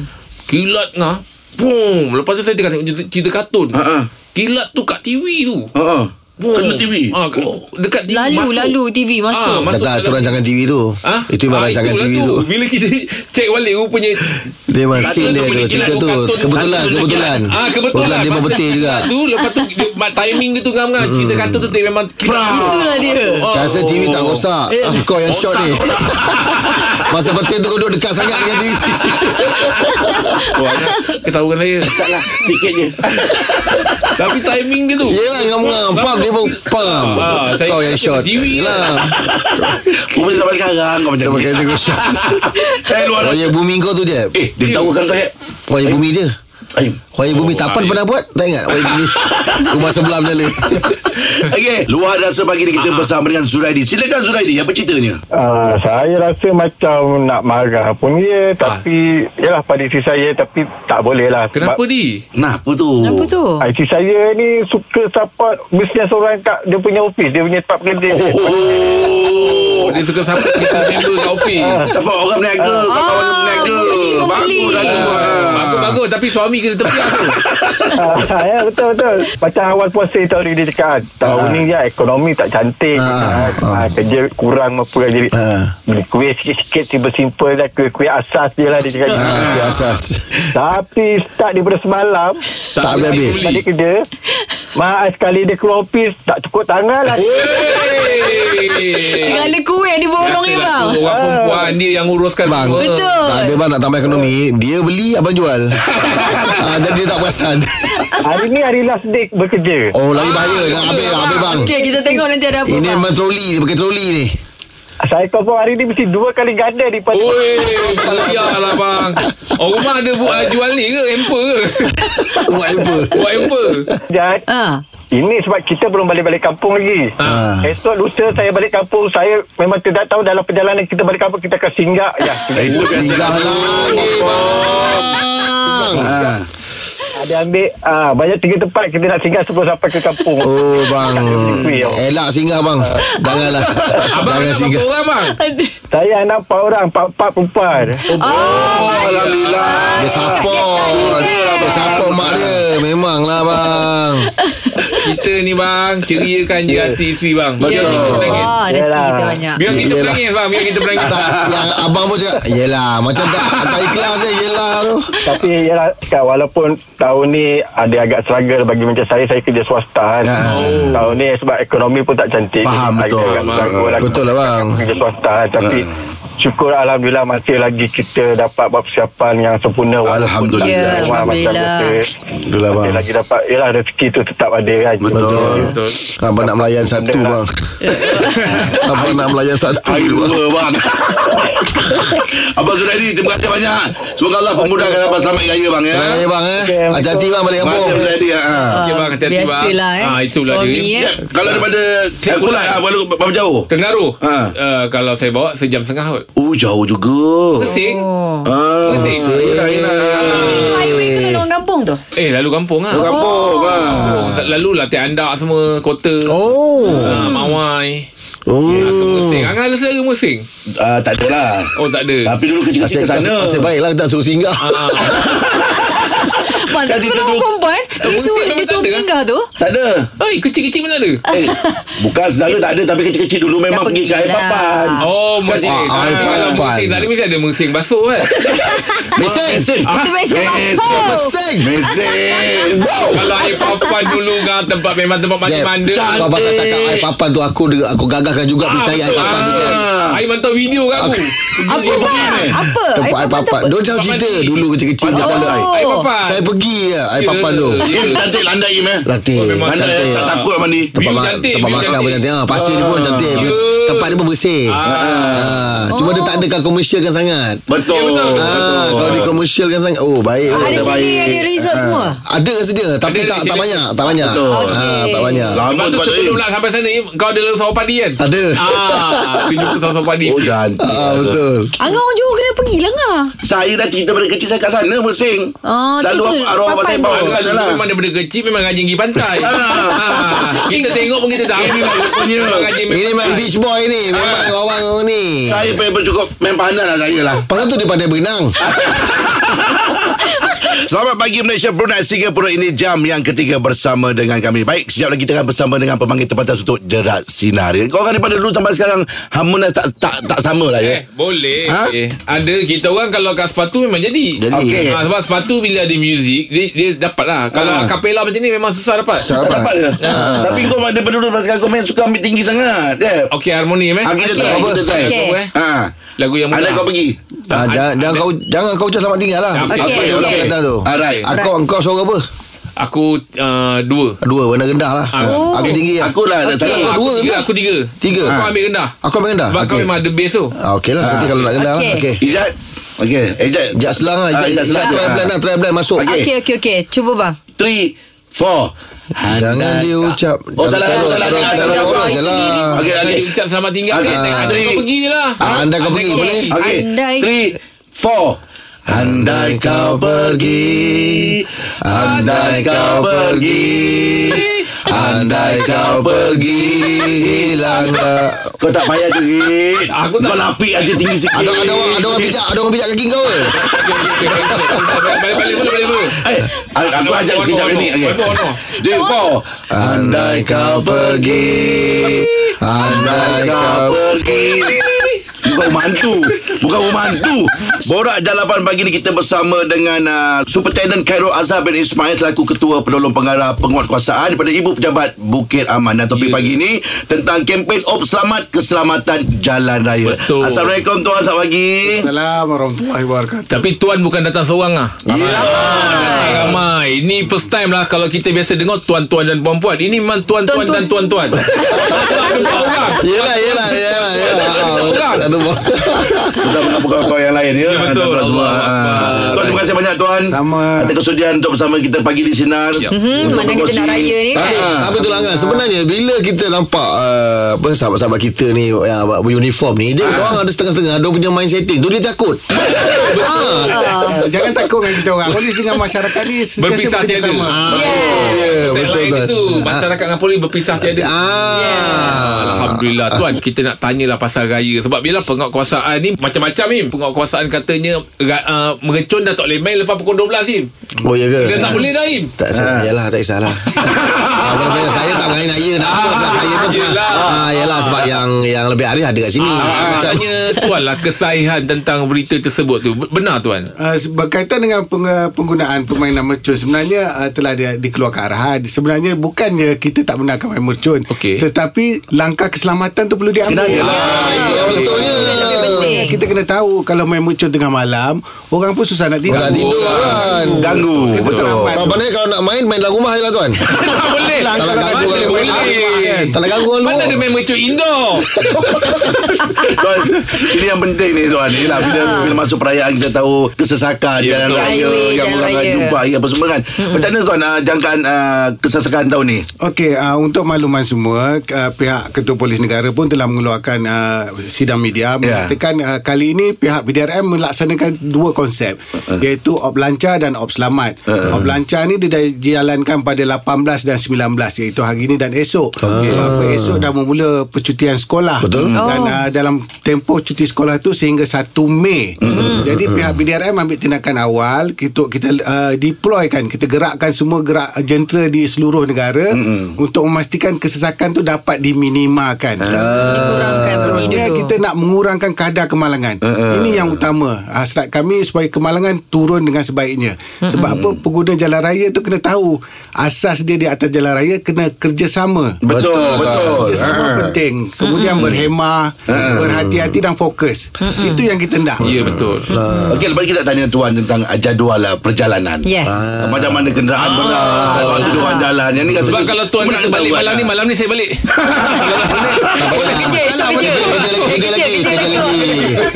[SPEAKER 4] Kilat ngah. Boom. Lepas tu saya tengah tengok cerita- cerita kartun.
[SPEAKER 5] Ha.
[SPEAKER 2] Ah, ah.
[SPEAKER 4] Kilat tu kat TV tu.
[SPEAKER 2] Ah, ah.
[SPEAKER 4] Boom.
[SPEAKER 2] Kena TV
[SPEAKER 4] Ah, ke-
[SPEAKER 5] Oh.
[SPEAKER 4] dekat TV
[SPEAKER 3] Lalu
[SPEAKER 4] masuk.
[SPEAKER 3] lalu TV
[SPEAKER 4] Ah,
[SPEAKER 3] masuk.
[SPEAKER 4] masuk
[SPEAKER 5] Kata
[SPEAKER 4] dalam-
[SPEAKER 5] tu rancangan TV tu.
[SPEAKER 4] Ah?
[SPEAKER 5] Itu memang rancangan
[SPEAKER 4] itulah
[SPEAKER 5] TV tu.
[SPEAKER 4] Bila kita cek balik rupanya
[SPEAKER 5] Dia memang
[SPEAKER 4] Kartun
[SPEAKER 5] scene dia tu.
[SPEAKER 4] boleh kilat,
[SPEAKER 5] Cerita tu.
[SPEAKER 4] kartun-
[SPEAKER 5] Kebetulan,
[SPEAKER 4] kartun
[SPEAKER 5] kebetulan.
[SPEAKER 4] boleh kilat. Ah, kebetulan.
[SPEAKER 5] Dia memang
[SPEAKER 4] Masa
[SPEAKER 5] betul juga. Hmm.
[SPEAKER 4] kilat Tu lepas tu dia, mat- timing dia tu ngam-ngam. Cerita kartun tu dia memang kilat.
[SPEAKER 3] Itulah dia.
[SPEAKER 4] Oh.
[SPEAKER 5] Rasa TV tak rosak. Kau yang shot ni. Masa betul tu kau duduk dekat sangat dengan diri.
[SPEAKER 4] Wah, Angah, Oh, ketahuan saya.
[SPEAKER 2] Tak lah Sikit je
[SPEAKER 4] Tapi timing dia tu.
[SPEAKER 5] Yelah ngam-ngam Faham dia pun Faham
[SPEAKER 4] Ah, saya-
[SPEAKER 5] Kau yang short
[SPEAKER 4] TV
[SPEAKER 5] Yelah
[SPEAKER 2] Kau boleh sampai sekarang Kau macam
[SPEAKER 5] Kita
[SPEAKER 2] ni
[SPEAKER 5] pakai dia kau short
[SPEAKER 2] Eh luar dah.
[SPEAKER 5] Royal bumi kau tu je
[SPEAKER 2] Eh dia tahukan kau ya
[SPEAKER 5] Royal bumi dia
[SPEAKER 2] Ayuh
[SPEAKER 5] Royal bumi Tapan
[SPEAKER 4] Aim.
[SPEAKER 5] pernah buat Tak ingat Royal bumi Rumah sebelah Belala
[SPEAKER 2] Okey, luar rasa pagi ni kita
[SPEAKER 5] Ah.
[SPEAKER 2] bersama dengan Zuraidi. Silakan Zuraidi, apa ceritanya?
[SPEAKER 8] Uh, saya rasa macam nak marah pun dia
[SPEAKER 5] Ah.
[SPEAKER 8] tapi yalah pada isteri saya tapi tak boleh lah sebab Ah,
[SPEAKER 4] Kenapa di?
[SPEAKER 2] Kenapa tu?
[SPEAKER 3] Kenapa tu?
[SPEAKER 8] Isteri saya ni suka support bisnes orang kat dia punya office dia punya tempat kerja dia.
[SPEAKER 2] Oh,
[SPEAKER 4] Oh, dia suka sampai kita member kat office.
[SPEAKER 5] Ah.
[SPEAKER 2] siapa orang berniaga, kau kawan berniaga.
[SPEAKER 3] membeli, membeli.
[SPEAKER 2] Bagus lah tu.
[SPEAKER 4] Ah,
[SPEAKER 2] Ah.
[SPEAKER 4] Bagus-bagus tapi suami kena tepiak tu.
[SPEAKER 8] Ah, ya, betul betul. Macam awal puasa tahun ni dia cakap tahun ni ya ekonomi tak cantik.
[SPEAKER 5] Ah,
[SPEAKER 8] Ah,
[SPEAKER 5] ah.
[SPEAKER 8] ah, kerja kurang apa kan jadi.
[SPEAKER 5] Ah.
[SPEAKER 8] Beli kuih sikit-sikit tiba simple lah kuih-kuih asas je lah dia cakap.
[SPEAKER 5] ha, Asas
[SPEAKER 8] Tapi start daripada semalam
[SPEAKER 5] Tak habis-habis.
[SPEAKER 4] beli.
[SPEAKER 8] balik kerja Maaf sekali dia keluar office Tak cukup tangan lah
[SPEAKER 4] Hey.
[SPEAKER 3] Segala kuih yang diborong ni
[SPEAKER 4] Biasalah
[SPEAKER 3] bang.
[SPEAKER 4] tu, Orang perempuan dia yang uruskan
[SPEAKER 5] Bang
[SPEAKER 4] semua.
[SPEAKER 3] Betul.
[SPEAKER 5] Tak ada bang nak tambah ekonomi Dia beli abang jual ha, Jadi dia tak perasan
[SPEAKER 8] Hari ni hari last day bekerja
[SPEAKER 5] Oh lagi bahaya Nak habis Habis bang
[SPEAKER 3] Okey, kita tengok nanti ada apa.
[SPEAKER 5] Ini
[SPEAKER 3] bang.
[SPEAKER 5] memang troli Dia pakai troli ni
[SPEAKER 8] Saya confirm hari ni Mesti dua kali ganda daripada
[SPEAKER 4] Oi, biarlah bang. Orang rumah ada bu- ah, jual ni ke? Hamper ke?
[SPEAKER 5] Buat apa
[SPEAKER 4] Buat hamper.
[SPEAKER 8] Jadi
[SPEAKER 3] Ah.
[SPEAKER 8] Ini sebab kita belum balik-balik kampung lagi
[SPEAKER 5] Ah.
[SPEAKER 2] Ha.
[SPEAKER 8] Esok lusa saya balik kampung Saya memang tidak tahu dalam perjalanan kita balik kampung Kita akan singgah ya,
[SPEAKER 5] lah.
[SPEAKER 2] Eh, Itu kan
[SPEAKER 5] Singgah lagi bang
[SPEAKER 2] Ah.
[SPEAKER 8] Ada ambil ah, Banyak tiga tempat Kita nak singgah sebelum sampai ke kampung
[SPEAKER 5] Oh bang Elak singgah bang Janganlah
[SPEAKER 4] Abang
[SPEAKER 5] Jangan
[SPEAKER 4] nak berapa
[SPEAKER 5] singgah
[SPEAKER 4] orang bang?
[SPEAKER 8] Saya anak empat orang Empat-empat perempuan
[SPEAKER 2] Oh, Alhamdulillah.
[SPEAKER 5] Dia support Dia support mak dia Memanglah bang
[SPEAKER 4] Kita ni bang, ceriakan je hati isteri bang. Biar kita berangin.
[SPEAKER 3] Wah, rezeki kita Ah, banyak.
[SPEAKER 4] Biar kita
[SPEAKER 5] Yelah.
[SPEAKER 4] berangin bang, biar kita berangin.
[SPEAKER 5] tak, Yang abang pun cakap Yelah Macam tak Tak ikhlas je Yelah tu
[SPEAKER 8] Tapi yalah, kan, walaupun tahun ni ada agak struggle bagi macam saya saya kerja swasta kan.
[SPEAKER 2] Oh.
[SPEAKER 8] Tahun ni sebab ekonomi pun tak cantik.
[SPEAKER 2] Faham,
[SPEAKER 8] Agak-
[SPEAKER 2] betul.
[SPEAKER 8] agak
[SPEAKER 4] Faham.
[SPEAKER 8] struggle lah.
[SPEAKER 5] Betul lah bang
[SPEAKER 8] kerja swasta kan. tapi
[SPEAKER 2] Ah.
[SPEAKER 8] syukur alhamdulillah masih lagi kita dapat buat persiapan yang sempurna walaupun
[SPEAKER 2] Alhamdulillah.
[SPEAKER 8] tak
[SPEAKER 3] Ya,
[SPEAKER 8] sempurna macam
[SPEAKER 3] alhamdulillah.
[SPEAKER 8] biasa.
[SPEAKER 5] Betul lah
[SPEAKER 8] Masih
[SPEAKER 5] bang
[SPEAKER 8] lagi dapat yalah rezeki tu tetap ada kan.
[SPEAKER 5] Betul
[SPEAKER 4] Betul.
[SPEAKER 5] Abang nak melayan satu bang Abang nak melayan satu
[SPEAKER 2] Hari
[SPEAKER 5] bang.
[SPEAKER 2] dua bang Abang Zuraidi Terima kasih banyak Semoga Allah Pemudahkan abang Selamat Raya bang ya
[SPEAKER 5] Terima kasih bang eh Hati-hati bang balik
[SPEAKER 2] Terima
[SPEAKER 5] kampung
[SPEAKER 2] kasih Abang Zuraidi ya. ha.
[SPEAKER 4] Okey bang, hati-hati bang.
[SPEAKER 3] Biasalah eh.
[SPEAKER 4] Ah, itulah
[SPEAKER 3] Suami,
[SPEAKER 4] dia.
[SPEAKER 2] Ya,
[SPEAKER 3] eh.
[SPEAKER 2] Kalau daripada Kulat Walau berapa jauh
[SPEAKER 4] Tengaruh
[SPEAKER 2] Ha.
[SPEAKER 4] uh, Kalau saya bawa Sejam setengah kot
[SPEAKER 2] Oh jauh juga
[SPEAKER 4] Pusing
[SPEAKER 3] Oh.
[SPEAKER 2] Ah,
[SPEAKER 4] Pusing.
[SPEAKER 2] tak enak.
[SPEAKER 3] Itu highway tu lalu orang kampung tu.
[SPEAKER 4] Eh lalu kampung lah
[SPEAKER 2] Kampung ah.
[SPEAKER 4] Oh, Lalu lah Tiap andak semua Kota
[SPEAKER 5] Oh
[SPEAKER 4] Ah, Mawai
[SPEAKER 5] Oh
[SPEAKER 4] Musing Angan ada selera musing
[SPEAKER 2] Ah, Tak ada lah
[SPEAKER 4] Oh tak ada
[SPEAKER 2] Tapi dulu kerja kita
[SPEAKER 5] Nasib, nasib,
[SPEAKER 2] sana
[SPEAKER 5] nasib baik lah Tak suruh singgah
[SPEAKER 4] Ah,
[SPEAKER 3] Bang,
[SPEAKER 2] Jadi
[SPEAKER 3] tapi kalau
[SPEAKER 2] duduk-
[SPEAKER 3] perempuan, dia
[SPEAKER 4] Musik
[SPEAKER 3] suruh dia
[SPEAKER 4] memang tak
[SPEAKER 3] suruh
[SPEAKER 4] ada.
[SPEAKER 3] singgah tu.
[SPEAKER 2] Tak ada
[SPEAKER 4] Oi kecil-kecil pun tak ada
[SPEAKER 2] Eh, bukan saudara tak ada Tapi kecil-kecil dulu Memang
[SPEAKER 3] Dah
[SPEAKER 2] pergi ke air
[SPEAKER 3] pergilah.
[SPEAKER 2] papan
[SPEAKER 4] Oh musing
[SPEAKER 5] Ah,
[SPEAKER 4] Ah,
[SPEAKER 5] air
[SPEAKER 4] Kalau
[SPEAKER 5] papan.
[SPEAKER 4] musing tak ada Mesti ada musing basuh kan
[SPEAKER 5] Mesej
[SPEAKER 2] Mesin
[SPEAKER 3] Itu macam apa?
[SPEAKER 5] Mesej
[SPEAKER 2] Mesin
[SPEAKER 4] Kalau air papan dulu kan Tempat memang tempat mandi Ah,
[SPEAKER 5] Jeb,
[SPEAKER 4] manda
[SPEAKER 5] Kau pasal cakap air papan tu Aku aku gagahkan juga Aku cari air papan tu kan
[SPEAKER 2] Ah.
[SPEAKER 4] Air mantau video kat aku
[SPEAKER 3] Apa bang? Apa?
[SPEAKER 5] Tempat air papan
[SPEAKER 3] tu apa?
[SPEAKER 5] Dia jauh cerita
[SPEAKER 4] mandi.
[SPEAKER 5] Dulu kecil-kecil kat dalam air
[SPEAKER 4] Air papan
[SPEAKER 5] Saya pergi ya Air
[SPEAKER 4] Ah. Ya.
[SPEAKER 5] papan tu
[SPEAKER 2] Eh, cantik landai Im eh
[SPEAKER 5] Latih
[SPEAKER 4] Oh, memang
[SPEAKER 2] Landai eh,
[SPEAKER 5] Cantik
[SPEAKER 2] tak takut mandi
[SPEAKER 4] View
[SPEAKER 5] Tempat, ma-
[SPEAKER 4] cantik,
[SPEAKER 5] tempat
[SPEAKER 4] view
[SPEAKER 5] makan
[SPEAKER 4] cantik.
[SPEAKER 5] pun cantik ha, Pasir dia pun cantik
[SPEAKER 4] Ya.
[SPEAKER 5] Tempat dia pun bersih
[SPEAKER 4] Ah,
[SPEAKER 5] ha. Cuma dia tak adakan komersialkan sangat
[SPEAKER 2] Betul
[SPEAKER 4] Ya, betul.
[SPEAKER 5] ha, Kalau dia komersialkan sangat Oh baik oh,
[SPEAKER 3] Ah, Ada
[SPEAKER 5] ada,
[SPEAKER 3] sini,
[SPEAKER 2] baik.
[SPEAKER 3] ada resort semua.
[SPEAKER 5] rasa dia Tapi
[SPEAKER 4] Ada Lah, di
[SPEAKER 5] tak tak
[SPEAKER 4] sini.
[SPEAKER 5] banyak Tak banyak
[SPEAKER 2] Betul.
[SPEAKER 5] ha, Tak banyak
[SPEAKER 2] Lama
[SPEAKER 4] Lepas tu
[SPEAKER 2] tempat tu
[SPEAKER 4] sebelum
[SPEAKER 2] Im
[SPEAKER 4] nak sampai sana Im, Kau ada lalu sawah padi kan
[SPEAKER 5] Ada
[SPEAKER 4] Ah, Tunjuk tu sawah padi
[SPEAKER 2] Oh cantik
[SPEAKER 5] ha, Betul
[SPEAKER 3] Angah orang Johor kena pergi lah Angah.
[SPEAKER 2] Saya dah cerita pada kecil saya kat sana Mesing
[SPEAKER 3] Ah, tu-
[SPEAKER 2] Lalu
[SPEAKER 3] tu
[SPEAKER 2] arwah abang saya
[SPEAKER 3] papan
[SPEAKER 2] bawa
[SPEAKER 5] Oh,
[SPEAKER 3] tu.
[SPEAKER 2] ke sana lah
[SPEAKER 4] Memang daripada kecil Memang rajin pergi pantai ah, Kita tengok pun kita tak Memang rajin pergi
[SPEAKER 5] Ini memang beach boy ni Memang orang ni
[SPEAKER 2] Saya pun cukup Main pandai lah saya lah
[SPEAKER 5] Pasal tu dia pandai berenang
[SPEAKER 2] Selamat pagi Malaysia Brunei Singapura Ini jam yang ketiga bersama dengan kami Baik, sekejap lagi kita akan bersama dengan Pemanggil terbatas untuk Jerat Sinar Ya, Korang daripada dulu sampai sekarang Harmonis tak tak, tak sama lah ya
[SPEAKER 4] Eh, boleh.
[SPEAKER 2] Ha?
[SPEAKER 4] Ha? Ada kita orang kalau kat sepatu memang jadi.
[SPEAKER 5] Jadi.
[SPEAKER 2] Okey.
[SPEAKER 4] Ha, sebab sepatu bila ada music, dia, dia dapat lah. Kalau
[SPEAKER 2] Ha.
[SPEAKER 4] ha. kapela macam ni memang susah dapat.
[SPEAKER 5] Susah.
[SPEAKER 2] Tak dapat ke? Ah.
[SPEAKER 5] ah,
[SPEAKER 2] Tapi kau daripada dulu sampai sekarang Kau main suka ambil tinggi sangat ya?
[SPEAKER 4] Okey, harmoni eh.
[SPEAKER 2] Ah, kita
[SPEAKER 4] Okey.
[SPEAKER 2] try, kita try.
[SPEAKER 4] Lagu, eh.
[SPEAKER 2] Ha.
[SPEAKER 4] Lagu yang
[SPEAKER 2] Ada
[SPEAKER 4] mudah.
[SPEAKER 2] kau pergi
[SPEAKER 5] Ah, jangan, jangan kau jangan kau ucap selamat tinggal lah.
[SPEAKER 4] Okey,
[SPEAKER 5] Apa dia orang
[SPEAKER 3] okey.
[SPEAKER 5] kata tu?
[SPEAKER 2] Alright.
[SPEAKER 5] Aku engkau suara apa?
[SPEAKER 4] Aku uh, dua.
[SPEAKER 5] Dua warna rendah lah.
[SPEAKER 4] Ah.
[SPEAKER 3] Oh.
[SPEAKER 5] Aku tinggi.
[SPEAKER 2] Aku lah ada satu.
[SPEAKER 5] Okey.
[SPEAKER 4] aku
[SPEAKER 5] Kau dua
[SPEAKER 4] tiga,
[SPEAKER 5] rendah?
[SPEAKER 4] aku tiga.
[SPEAKER 5] Tiga?
[SPEAKER 4] Aku
[SPEAKER 5] Ha.
[SPEAKER 4] ambil rendah.
[SPEAKER 5] Aku ambil rendah.
[SPEAKER 4] Sebab kau
[SPEAKER 5] Okey.
[SPEAKER 4] memang ada bass tu.
[SPEAKER 5] Ah, Okey lah. Nanti kalau nak rendah lah.
[SPEAKER 3] Okey.
[SPEAKER 5] Okey.
[SPEAKER 2] Ijat Okey Ijat
[SPEAKER 5] Sekejap selang lah.
[SPEAKER 2] Ah,
[SPEAKER 5] Sekejap
[SPEAKER 2] Ijat selang
[SPEAKER 5] selang. Try plan lah. Try plan masuk.
[SPEAKER 2] Okey.
[SPEAKER 3] Okey okey okey. Cuba bang.
[SPEAKER 2] Three Four
[SPEAKER 5] Jangan
[SPEAKER 2] Handai-
[SPEAKER 5] diucap.
[SPEAKER 2] Oh, salah,
[SPEAKER 5] Taruh,
[SPEAKER 2] salah,
[SPEAKER 5] taruh,
[SPEAKER 2] salah,
[SPEAKER 5] taruh,
[SPEAKER 2] salah.
[SPEAKER 5] taruh je lah.
[SPEAKER 2] Okey,
[SPEAKER 4] Okay, okay.
[SPEAKER 2] okey.
[SPEAKER 4] ucap selamat tinggal.
[SPEAKER 2] Ah,
[SPEAKER 4] kan? Andai
[SPEAKER 2] Andri.
[SPEAKER 4] kau pergi lah.
[SPEAKER 5] Ah, andai kau pergi, boleh?
[SPEAKER 2] Okey
[SPEAKER 3] Andai-
[SPEAKER 2] Three Four Andai kau pergi Andai kau pergi Andai kau pergi
[SPEAKER 5] Hilanglah.
[SPEAKER 2] Kau tak payah jerit
[SPEAKER 4] Aku tak-
[SPEAKER 2] Kau lapik aja tinggi sikit
[SPEAKER 5] Ada ada orang ada orang bijak, ada orang bijak kaki kau eh.
[SPEAKER 4] Balik-balik dulu, balik dulu.
[SPEAKER 2] Eh, aku
[SPEAKER 4] Warna,
[SPEAKER 2] ajak
[SPEAKER 4] warna,
[SPEAKER 2] sekejap
[SPEAKER 4] warna.
[SPEAKER 2] ni. Okey.
[SPEAKER 4] Warna, warna.
[SPEAKER 2] Three, four.
[SPEAKER 5] Andai kau pergi, andai kau
[SPEAKER 2] pergi Bukan rumah hantu Bukan rumah hantu Borak Jalapan pagi ni kita bersama dengan uh, Superintendent Khairul Azhar bin Ismail Selaku Ketua Penolong Pengarah Penguatkuasaan Daripada Ibu Pejabat Bukit Aman Dan topik
[SPEAKER 4] Ya.
[SPEAKER 2] pagi ni Tentang kempen Op Selamat Keselamatan Jalan Raya
[SPEAKER 4] Betul.
[SPEAKER 2] Assalamualaikum Tuan Selamat pagi
[SPEAKER 5] Assalamualaikum warahmatullahi wabarakatuh.
[SPEAKER 4] Tapi tuan bukan datang seorang lah. Ramai. Ramai. Ini first time lah kalau kita biasa dengar tuan-tuan dan puan-puan. Ini memang tuan-tuan
[SPEAKER 3] Tuan-tuan.
[SPEAKER 4] dan tuan-tuan. Tuan-tuan ada empat orang.
[SPEAKER 5] Yelah, yelah, yelah, yelah.
[SPEAKER 4] Orang.
[SPEAKER 5] Tak ada buat.
[SPEAKER 2] Kita mengapa kau yang lain ya.
[SPEAKER 4] betul.
[SPEAKER 2] Tuan semua.
[SPEAKER 4] Allah
[SPEAKER 2] Ah.
[SPEAKER 4] Akbar.
[SPEAKER 2] Tuan terima kasih banyak tuan.
[SPEAKER 8] Sama.
[SPEAKER 2] Atas kesudian untuk bersama kita pagi di sinar.
[SPEAKER 4] Yap.
[SPEAKER 3] Hmm, mana kita nak raya ni
[SPEAKER 5] Tapi,
[SPEAKER 3] kan.
[SPEAKER 5] tapi
[SPEAKER 4] Ah.
[SPEAKER 5] itulah kan Sebenarnya bila kita nampak uh, apa Sahabat-sahabat kita ni Yang uh, uniform ni Dia
[SPEAKER 4] Ah.
[SPEAKER 5] orang ada setengah-setengah Dia punya mind setting Tu dia takut
[SPEAKER 3] Ah.
[SPEAKER 8] Ah, jangan takut dengan kita orang. Polis dengan masyarakat ni sentiasa
[SPEAKER 4] Berpisah
[SPEAKER 8] bekerja
[SPEAKER 4] tiada.
[SPEAKER 8] sama.
[SPEAKER 5] Ah,
[SPEAKER 3] Yeah.
[SPEAKER 5] yeah,
[SPEAKER 4] Ya, Betul
[SPEAKER 5] Betul
[SPEAKER 4] lain
[SPEAKER 5] betul
[SPEAKER 4] itu Masyarakat dengan polis Berpisah tiada
[SPEAKER 5] Ah.
[SPEAKER 4] Alhamdulillah Tuan kita nak tanyalah Pasal raya Sebab bila penguatkuasaan ni Macam-macam ni Penguatkuasaan katanya ra- uh, Mengecun dah tak boleh main Lepas pukul 12 ni
[SPEAKER 5] Oh ya ke
[SPEAKER 4] Kita tak boleh dah Im
[SPEAKER 5] Tak salah Yalah tak kisahlah ah, Kalau tanya saya tak lain raya Nak
[SPEAKER 4] Ah.
[SPEAKER 5] apa Sebab saya pun tengah
[SPEAKER 4] yelah.
[SPEAKER 5] ah, Yalah sebab yang Yang lebih arif ada kat sini
[SPEAKER 4] Ah,
[SPEAKER 5] Macam
[SPEAKER 4] Tanya Tuan lah Kesahihan tentang berita tersebut tu Be- Benar Tuan
[SPEAKER 8] Uh, berkaitan dengan peng- penggunaan permainan mercun sebenarnya uh, telah dia, dikeluarkan arahan sebenarnya bukannya kita tak benarkan main mercun
[SPEAKER 4] Okey.
[SPEAKER 8] tetapi langkah keselamatan tu perlu
[SPEAKER 2] Kena
[SPEAKER 8] diambil
[SPEAKER 2] ada.
[SPEAKER 5] ah, Itu yang betulnya
[SPEAKER 3] Lebih penting.
[SPEAKER 8] kita kena tahu kalau main mercun tengah malam orang pun susah nak tidur
[SPEAKER 5] Orang tidur kan
[SPEAKER 2] Ganggu.
[SPEAKER 8] Kita
[SPEAKER 2] Betul.
[SPEAKER 8] teramat.
[SPEAKER 5] Kau pandai kalau nak main Main dalam rumah je lah tuan
[SPEAKER 4] Tak boleh
[SPEAKER 5] Tak nak
[SPEAKER 4] Mana
[SPEAKER 5] ganggu orang
[SPEAKER 4] boleh
[SPEAKER 5] Tak nak ganggu orang
[SPEAKER 4] Mana
[SPEAKER 5] luar.
[SPEAKER 4] ada main mercun indoor
[SPEAKER 2] Tuan, ini yang penting ni tuan. Yalah, bila, bila masuk perayaan kita tahu kesesakan
[SPEAKER 4] Ya,
[SPEAKER 2] jalan
[SPEAKER 4] betul.
[SPEAKER 2] raya
[SPEAKER 3] Ah. Highway,
[SPEAKER 2] yang
[SPEAKER 3] jalan
[SPEAKER 2] orang akan
[SPEAKER 3] raya. Mhm.
[SPEAKER 2] jumpa ya, apa semua kan. Macam mana tuan uh, jangkaan uh, kesesakan tahun ni?
[SPEAKER 8] Okey, uh, untuk makluman semua, uh, pihak Ketua Polis Negara pun telah mengeluarkan uh, sidang media
[SPEAKER 2] Ya.
[SPEAKER 8] mengatakan uh, kali ini pihak PDRM melaksanakan dua konsep uh-uh. iaitu op lancar dan op selamat. Uh-uh. Op lancar ni dia dah dijalankan pada 18 dan 19 iaitu hari ini dan esok. Okay. Uh. Esok dah memula percutian sekolah.
[SPEAKER 5] Betul.
[SPEAKER 8] Dan uh, dalam tempoh cuti sekolah tu sehingga 1 Mei. Jadi pihak PDRM ambil tindakan awal, kita kita uh, deploykan, kita gerakkan semua gerak jentera di seluruh negara untuk memastikan kesesakan tu dapat diminimalkan.
[SPEAKER 3] Ah. Kurangkan bunyi
[SPEAKER 8] ah, Sebenarnya
[SPEAKER 3] dulu.
[SPEAKER 8] kita nak mengurangkan kadar kemalangan. Ini yang utama. Hasrat kami supaya kemalangan turun dengan sebaiknya. Sebab apa pengguna jalan raya tu kena tahu asas dia di atas jalan raya kena kerjasama.
[SPEAKER 2] Betul,
[SPEAKER 5] Betul,
[SPEAKER 2] betul.
[SPEAKER 8] Kerjasama
[SPEAKER 2] Ah.
[SPEAKER 8] penting. Kemudian
[SPEAKER 4] Hmm.
[SPEAKER 8] berhemah,
[SPEAKER 4] Ah.
[SPEAKER 8] berhati-hati dan fokus. Itu yang kita nak.
[SPEAKER 4] Ya betul
[SPEAKER 2] Okey, lepas ni kita tanya tuan tentang uh, jadual uh, perjalanan.
[SPEAKER 3] Yes.
[SPEAKER 2] Ah, Macam mana kenderaan berat, kalau tu orang jalan. Yang ni
[SPEAKER 4] Ah.
[SPEAKER 2] kan
[SPEAKER 4] Sebab kalau tuan kata balik malam ni Malam ni saya balik
[SPEAKER 3] Esok kerja, esok kerja.
[SPEAKER 5] Kerja lagi, kerja lagi, kerja lagi.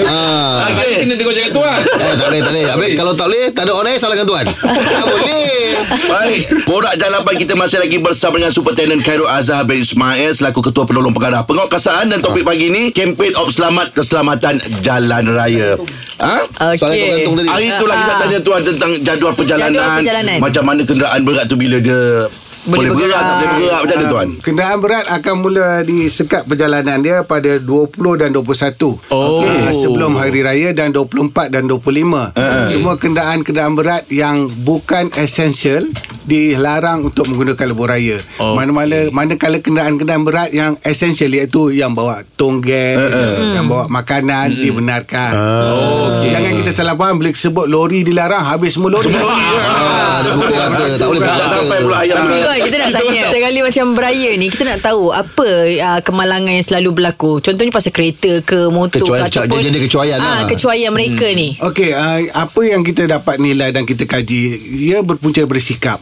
[SPEAKER 5] Ah.
[SPEAKER 4] Ah, Tadi kena dengar cakap tuan
[SPEAKER 5] Eh, tak boleh, tak boleh. Habis kalau tak boleh, tak ada on air, salahkan tuan. Tak boleh.
[SPEAKER 2] Baik, Borak Jalapan kita masih lagi bersama dengan Superintendent Khairul Azhar bin Ismail selaku Ketua Penolong Pengarah Penguatkuasaan dan topik pagi ni kempen op selamat keselamatan jalan raya. Ha?
[SPEAKER 5] Soalan kau gantung tadi.
[SPEAKER 2] Hari itulah kita
[SPEAKER 3] Ah.
[SPEAKER 2] tanya tuan tentang jadual perjalanan,
[SPEAKER 3] Jadual perjalanan.
[SPEAKER 2] Macam mana kenderaan berat tu bila dia Boleh bergerak, tak boleh bergerak Macam mana
[SPEAKER 8] Ah,
[SPEAKER 2] tuan?
[SPEAKER 8] Kenderaan berat akan mula disekat perjalanan dia pada 20 dan 21.
[SPEAKER 4] Oh.
[SPEAKER 8] Ah, sebelum hari raya dan 24 dan 25.
[SPEAKER 4] Ah.
[SPEAKER 8] Semua kenderaan-kenderaan berat yang bukan essential dilarang untuk menggunakan lebuh raya.
[SPEAKER 4] Oh.
[SPEAKER 8] Mana-mana manakala kenderaan-kenderaan berat yang essential iaitu yang bawa tong gas,
[SPEAKER 4] Ah,
[SPEAKER 8] yang bawa makanan dibenarkan.
[SPEAKER 4] Hmm.
[SPEAKER 5] Ah,
[SPEAKER 4] Oh, okey.
[SPEAKER 8] Jangan kita salah faham bila sebut lori dilarang habis semua lori.
[SPEAKER 5] Ah, ada buku kata tak boleh
[SPEAKER 2] Tak
[SPEAKER 5] buku kata.
[SPEAKER 2] sampai pula ayam ni
[SPEAKER 9] Tapi kan kita nak tanya Setiap kali macam beraya ni Kita nak tahu Apa
[SPEAKER 3] ah,
[SPEAKER 9] uh, kemalangan yang selalu berlaku Contohnya pasal kereta ke Motor
[SPEAKER 5] Kecuali-
[SPEAKER 9] ke ataupun-
[SPEAKER 5] jenis kecuaian
[SPEAKER 9] Ah,
[SPEAKER 5] lah.
[SPEAKER 9] Kecuaian mereka hmm. ni
[SPEAKER 8] Okey, uh, apa yang kita dapat nilai dan kita kaji, ia berpunca daripada sikap.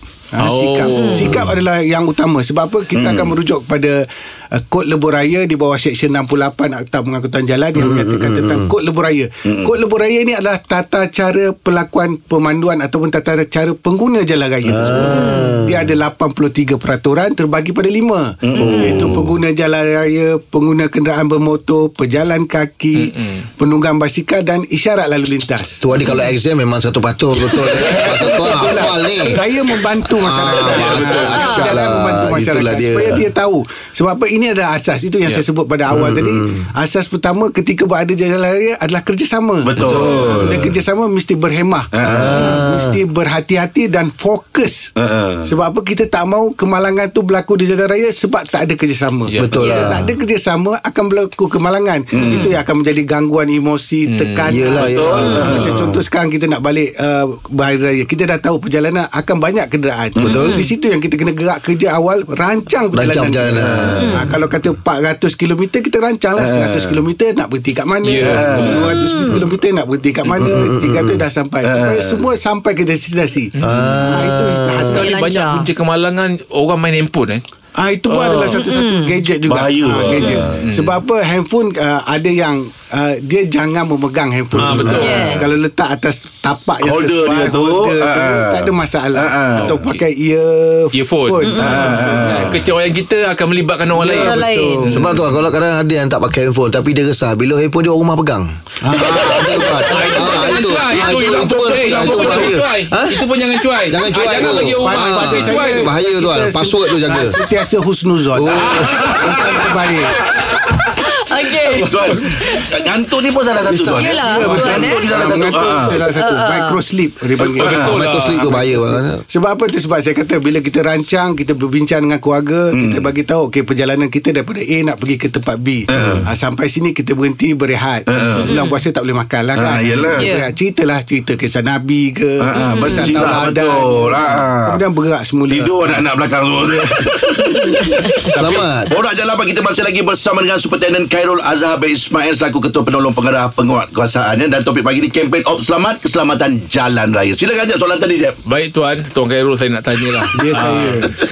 [SPEAKER 4] Oh.
[SPEAKER 8] Ha, Sikap Sikap adalah yang utama Sebab apa kita akan merujuk kepada uh, Kod Lebuh Raya Di bawah Seksyen 68 Akta Pengangkutan Jalan Yang menyatakan tentang Kod Lebuh Raya Kod Lebuh Raya ni adalah Tata cara pelakuan pemanduan Ataupun tata cara pengguna jalan raya ah. Dia ada 83 peraturan Terbagi pada 5 Iaitu pengguna jalan raya Pengguna kenderaan bermotor Pejalan kaki Penunggang basikal Dan isyarat lalu lintas
[SPEAKER 5] Tuan ni kalau exam memang satu patuh betul eh. Pasal tuan hafal ni.
[SPEAKER 8] lah. saya membantu masyarakat.
[SPEAKER 5] Ah, betul.
[SPEAKER 8] Ah,
[SPEAKER 5] Asyik
[SPEAKER 8] saya
[SPEAKER 5] lah.
[SPEAKER 8] membantu masyarakat
[SPEAKER 5] Itulah dia. Ya.
[SPEAKER 8] dia. supaya dia tahu. Sebab apa ini adalah asas itu yang yeah. saya sebut pada awal hmm. tadi. Asas pertama ketika berada di jalan raya adalah kerjasama.
[SPEAKER 2] Betul.
[SPEAKER 8] Dan kerjasama mesti berhemah.
[SPEAKER 5] Ah.
[SPEAKER 8] Ah, Mesti berhati-hati dan fokus.
[SPEAKER 2] Ah.
[SPEAKER 8] Sebab apa kita tak mau kemalangan tu berlaku di jalan raya sebab tak ada kerjasama.
[SPEAKER 4] Ya,
[SPEAKER 5] Betul
[SPEAKER 8] Bila
[SPEAKER 5] lah.
[SPEAKER 8] Tak ada kerjasama akan berlaku kemalangan. Hmm. Itu yang akan menjadi gangguan emosi, tekanan.
[SPEAKER 5] Hmm. Yelah, yelah.
[SPEAKER 8] Ah, Macam contoh sekarang kita nak balik uh, Hari Raya. Kita dah tahu perjalanan akan banyak kenderaan. Betul. Di situ yang kita kena gerak kerja awal rancang perjalanan.
[SPEAKER 5] Rancang perjalanan.
[SPEAKER 8] Ha, kalau kata 400 km kita rancanglah 100 km nak berhenti kat mana.
[SPEAKER 4] Yeah.
[SPEAKER 8] 200 km nak berhenti kat mana. 300 dah sampai. Supaya semua sampai ke destinasi. Ah, itu hasil
[SPEAKER 4] Sekali
[SPEAKER 9] Dia
[SPEAKER 4] banyak
[SPEAKER 9] lancar.
[SPEAKER 4] punca kemalangan Orang main handphone eh
[SPEAKER 8] Ah itu pun adalah satu-satu gadget juga.
[SPEAKER 2] Bahaya.
[SPEAKER 8] Ah, gadget. Sebab apa handphone uh, ada yang uh, dia jangan memegang handphone.
[SPEAKER 4] Ah, betul.
[SPEAKER 9] Yeah.
[SPEAKER 8] Kalau letak atas tapak yang
[SPEAKER 2] Holder
[SPEAKER 8] tersebar,
[SPEAKER 2] dia tu,
[SPEAKER 8] holder tu,
[SPEAKER 2] ah.
[SPEAKER 8] tak ada masalah.
[SPEAKER 2] Ah, ah.
[SPEAKER 8] Atau pakai ear
[SPEAKER 4] Earphone Ah. Kecewaan kita Akan melibatkan orang lain
[SPEAKER 9] Orang
[SPEAKER 3] Hmm.
[SPEAKER 9] lain
[SPEAKER 5] Sebab tu kalau kadang ada yang tak pakai handphone tapi dia resah bila handphone dia orang rumah pegang. Ah, ada buat. Ah, itu. Ah, Itu
[SPEAKER 4] itu
[SPEAKER 5] itu pun-
[SPEAKER 4] Eh,
[SPEAKER 5] itu
[SPEAKER 4] itu pun jangan
[SPEAKER 5] bahaya.
[SPEAKER 4] cuai
[SPEAKER 5] Ha?
[SPEAKER 4] Itu pun jangan cuai
[SPEAKER 5] Jangan
[SPEAKER 4] Ah,
[SPEAKER 5] cuai.
[SPEAKER 4] Jangan
[SPEAKER 5] tu.
[SPEAKER 4] bagi orang
[SPEAKER 5] Ah,
[SPEAKER 4] Patut cuai
[SPEAKER 5] Bahaya tuan.
[SPEAKER 8] Kita
[SPEAKER 5] Password tu jaga.
[SPEAKER 8] Sentiasa husnuzon. Oh. terbaik.
[SPEAKER 9] Okay
[SPEAKER 2] Tuan Ngantuk ni pun salah satu tuan
[SPEAKER 9] Yelah,
[SPEAKER 2] Ya,
[SPEAKER 9] tuan,
[SPEAKER 2] Ngantuk
[SPEAKER 9] eh.
[SPEAKER 2] ni salah satu
[SPEAKER 8] Mengantuk
[SPEAKER 2] Ah.
[SPEAKER 8] salah satu. Micro sleep dia panggil.
[SPEAKER 4] Betul
[SPEAKER 5] Ah,
[SPEAKER 4] lah.
[SPEAKER 5] Microsoft tu bahaya. bang.
[SPEAKER 8] Sebab apa tu sebab saya kata bila kita rancang kita berbincang dengan keluarga hmm. kita bagi tahu okey perjalanan kita daripada A nak pergi ke tempat B.
[SPEAKER 2] Eh.
[SPEAKER 8] Uh. Ha, sampai sini kita berhenti berehat. Uh. Bulan puasa tak boleh makan lah kan.
[SPEAKER 2] Ah, yelah.
[SPEAKER 9] Ya.
[SPEAKER 8] Berehat ceritalah cerita kisah nabi ke.
[SPEAKER 2] Ah, ah,
[SPEAKER 8] kisah
[SPEAKER 2] bersirah,
[SPEAKER 8] tahun Adan.
[SPEAKER 2] betul. Ah.
[SPEAKER 8] Kemudian bergerak semula.
[SPEAKER 2] Tidur anak-anak belakang semua
[SPEAKER 5] Selamat.
[SPEAKER 2] Borak Jalapan kita masih lagi bersama dengan Superintendent Khairul Azhar bin Ismail selaku Ketua Penolong Pengarah Penguatkuasaan ya. dan topik pagi ni kempen Op Selamat Keselamatan Jalan Raya. Silakan Jeb soalan tadi Jeb.
[SPEAKER 4] Baik tuan, Tuan Khairul saya nak tanya lah.
[SPEAKER 8] Ya, saya.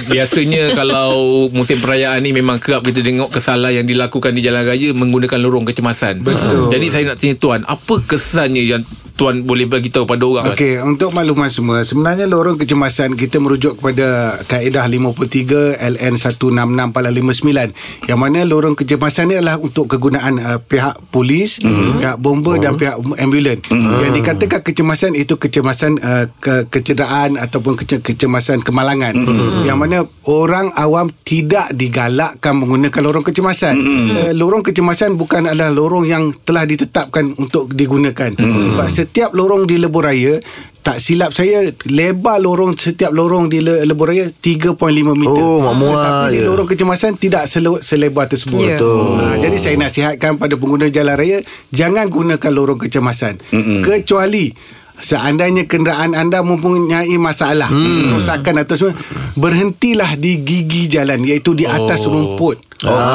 [SPEAKER 4] biasanya kalau musim perayaan ni memang kerap kita tengok kesalahan yang dilakukan di jalan raya menggunakan lorong kecemasan. Betul. Jadi saya nak tanya tuan, apa kesannya yang tuan boleh bagi tahu pada orang? Tuan?
[SPEAKER 8] Okey, untuk makluman semua, sebenarnya lorong kecemasan kita merujuk kepada kaedah 53 LN 166.59 yang mana lorong kecemasan ni adalah untuk kegunaan uh, pihak polis, mm. pihak bomba oh. dan pihak ambulan. Mm. Yang dikatakan kecemasan itu kecemasan uh, ke- kecederaan ataupun kece- kecemasan kemalangan.
[SPEAKER 5] Mm-hmm.
[SPEAKER 8] Mm. Yang mana orang awam tidak digalakkan menggunakan lorong kecemasan. Mm.
[SPEAKER 5] Mm-hmm.
[SPEAKER 8] Uh, lorong kecemasan bukan adalah lorong yang telah ditetapkan untuk digunakan.
[SPEAKER 5] Mm-hmm.
[SPEAKER 8] Mm. Sebab setiap lorong di lebuh raya tak silap saya lebar lorong setiap lorong di Le- lebuh raya 3.5 meter.
[SPEAKER 5] Oh, mak muat
[SPEAKER 8] Tapi di
[SPEAKER 5] je.
[SPEAKER 8] lorong kecemasan tidak sele- selebar tersebut.
[SPEAKER 9] Ya.
[SPEAKER 5] Betul.
[SPEAKER 8] Ha, jadi saya nasihatkan pada pengguna jalan raya jangan gunakan lorong kecemasan Mm-mm. kecuali seandainya kenderaan anda mempunyai masalah hmm. kerosakan atau semua berhentilah di gigi jalan iaitu di atas oh. rumput.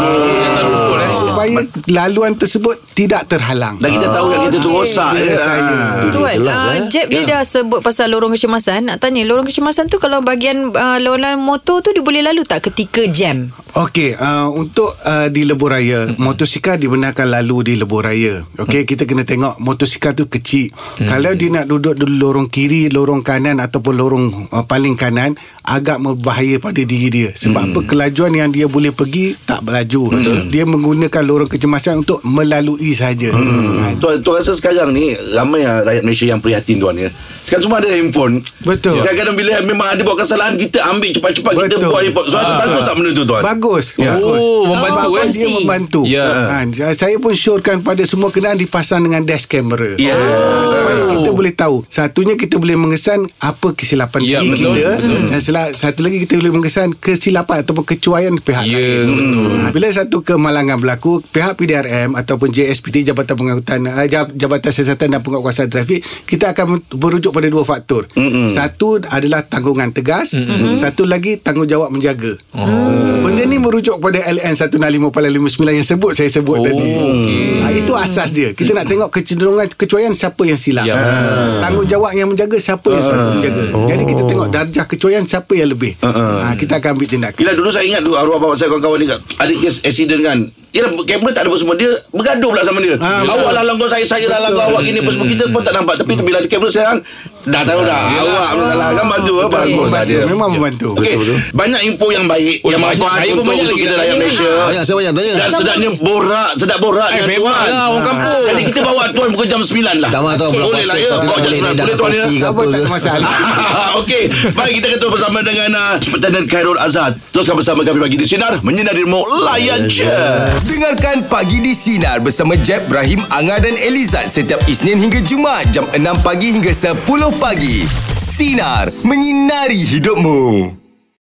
[SPEAKER 8] Okey. Supaya laluan tersebut tidak terhalang.
[SPEAKER 2] Dan kita tahu yang kita tu rosak.
[SPEAKER 8] Ah, Dia
[SPEAKER 2] Ya.
[SPEAKER 8] saya.
[SPEAKER 9] Tuan,
[SPEAKER 5] Jelas,
[SPEAKER 9] uh,
[SPEAKER 5] eh?
[SPEAKER 9] Jeb ni dah sebut pasal lorong kecemasan. Nak tanya, lorong kecemasan tu kalau bahagian uh, lawalan motor tu dia boleh lalu tak ketika jam?
[SPEAKER 8] Okey, uh, untuk uh, di lebuh raya, hmm. motosikal dibenarkan lalu di lebuh raya. Okey, kita kena tengok motosikal tu kecil. Hmm. Kalau dia nak duduk di lorong kiri, lorong kanan ataupun lorong uh, paling kanan, agak berbahaya pada diri dia sebab hmm. apa kelajuan yang dia boleh pergi tak berlaju hmm. dia menggunakan lorong kecemasan untuk melalui saja
[SPEAKER 2] Mm.
[SPEAKER 8] hmm.
[SPEAKER 2] Tuan, tuan rasa sekarang ni Ramai yang rakyat Malaysia yang prihatin tuan ya Sekarang semua ada handphone
[SPEAKER 8] Betul.
[SPEAKER 2] Kadang-kadang bila memang ada buat kesalahan Kita ambil cepat-cepat Kita
[SPEAKER 8] Betul.
[SPEAKER 2] buat report Soalan
[SPEAKER 4] Ah.
[SPEAKER 2] bagus tak benda tu tuan
[SPEAKER 8] Bagus,
[SPEAKER 2] Ya.
[SPEAKER 8] bagus.
[SPEAKER 4] Oh, membantu,
[SPEAKER 8] Sebab
[SPEAKER 4] eh?
[SPEAKER 8] Dia membantu.
[SPEAKER 4] Ya.
[SPEAKER 8] Ha, saya pun syorkan pada semua kenderaan dipasang dengan dash camera.
[SPEAKER 2] Ya
[SPEAKER 8] Supaya kita boleh tahu. Satunya kita boleh mengesan apa kesilapan
[SPEAKER 4] Ya,
[SPEAKER 8] diri
[SPEAKER 4] betul,
[SPEAKER 8] kita
[SPEAKER 4] betul.
[SPEAKER 8] dan sel- satu lagi kita boleh mengesan kesilapan ataupun kecuaian pihak
[SPEAKER 4] Ya,
[SPEAKER 8] lain. Hmm. Bila satu kemalangan berlaku, pihak PDRM ataupun JSPT Jabatan Pengangkutan eh, Jab- Jabatan Siasatan dan Penguatkuasaan Trafik, kita akan berujuk pada dua faktor. Mm-mm. Satu adalah tanggungan tegas, Mm-mm. satu lagi tanggungjawab menjaga. Oh. Benda ni merujuk kepada LN 165.59 yang sebut saya sebut
[SPEAKER 4] Oh,
[SPEAKER 8] tadi.
[SPEAKER 4] okey.
[SPEAKER 8] Ha, itu asas dia. Kita nak tengok kecenderungan kecuaian siapa yang silap.
[SPEAKER 4] Ya.
[SPEAKER 8] Ha. Tanggungjawab yang menjaga siapa yang sepatutnya menjaga. Jadi kita tengok darjah kecuaian siapa yang lebih. Ha, kita akan ambil tindakan.
[SPEAKER 2] Yelah dulu saya ingat dulu arwah bapak saya kawan-kawan ni kat- ada kes accident kan. Yelah kamera tak ada apa semua dia bergaduh pula sama dia.
[SPEAKER 8] Ah,
[SPEAKER 2] awak lah langgar saya saya lah langgar awak gini apa semua kita pun tak nampak tapi bila ada kamera sekarang dah tahu
[SPEAKER 4] Ah,
[SPEAKER 2] dah awak pun salah kan bantu apa bagus lah
[SPEAKER 8] membantu,
[SPEAKER 2] dia.
[SPEAKER 8] memang membantu.
[SPEAKER 2] Okey banyak info yang baik
[SPEAKER 4] Oh,
[SPEAKER 2] yang
[SPEAKER 4] banyak.
[SPEAKER 2] manfaat
[SPEAKER 4] Saya pun
[SPEAKER 2] untuk
[SPEAKER 4] banyak
[SPEAKER 2] untuk
[SPEAKER 4] lagi
[SPEAKER 2] kita
[SPEAKER 4] dah.
[SPEAKER 2] rakyat
[SPEAKER 4] Ya,
[SPEAKER 2] Malaysia.
[SPEAKER 5] Banyak saya banyak tanya
[SPEAKER 2] Dan sedapnya borak Sedap borak
[SPEAKER 4] Eh,
[SPEAKER 2] dengan
[SPEAKER 4] memang
[SPEAKER 2] tuan Ah.
[SPEAKER 4] lah, orang kampung.
[SPEAKER 2] Jadi kita bawa tuan Bukan jam 9 lah
[SPEAKER 5] Tak mahu tahu bulan
[SPEAKER 2] Boleh
[SPEAKER 5] puasa
[SPEAKER 2] lah ya
[SPEAKER 5] Kalau
[SPEAKER 2] Bawa
[SPEAKER 5] tidak
[SPEAKER 2] jam 9
[SPEAKER 5] boleh Dia
[SPEAKER 2] Boleh
[SPEAKER 5] dah
[SPEAKER 2] tuan ya
[SPEAKER 5] kopi ke apa
[SPEAKER 8] Tak apa, tak
[SPEAKER 5] ke
[SPEAKER 8] ada masalah.
[SPEAKER 2] Okey Baik kita ketua bersama dengan uh, Superintendent Khairul Azad Teruskan bersama kami bagi di Sinar Menyinari Remuk Layan je
[SPEAKER 1] Dengarkan Pagi di Sinar bersama Jeb, Ibrahim, Anga dan Elizad setiap Isnin hingga Jumaat jam 6 pagi hingga 10 pagi. Sinar, menyinari hidupmu.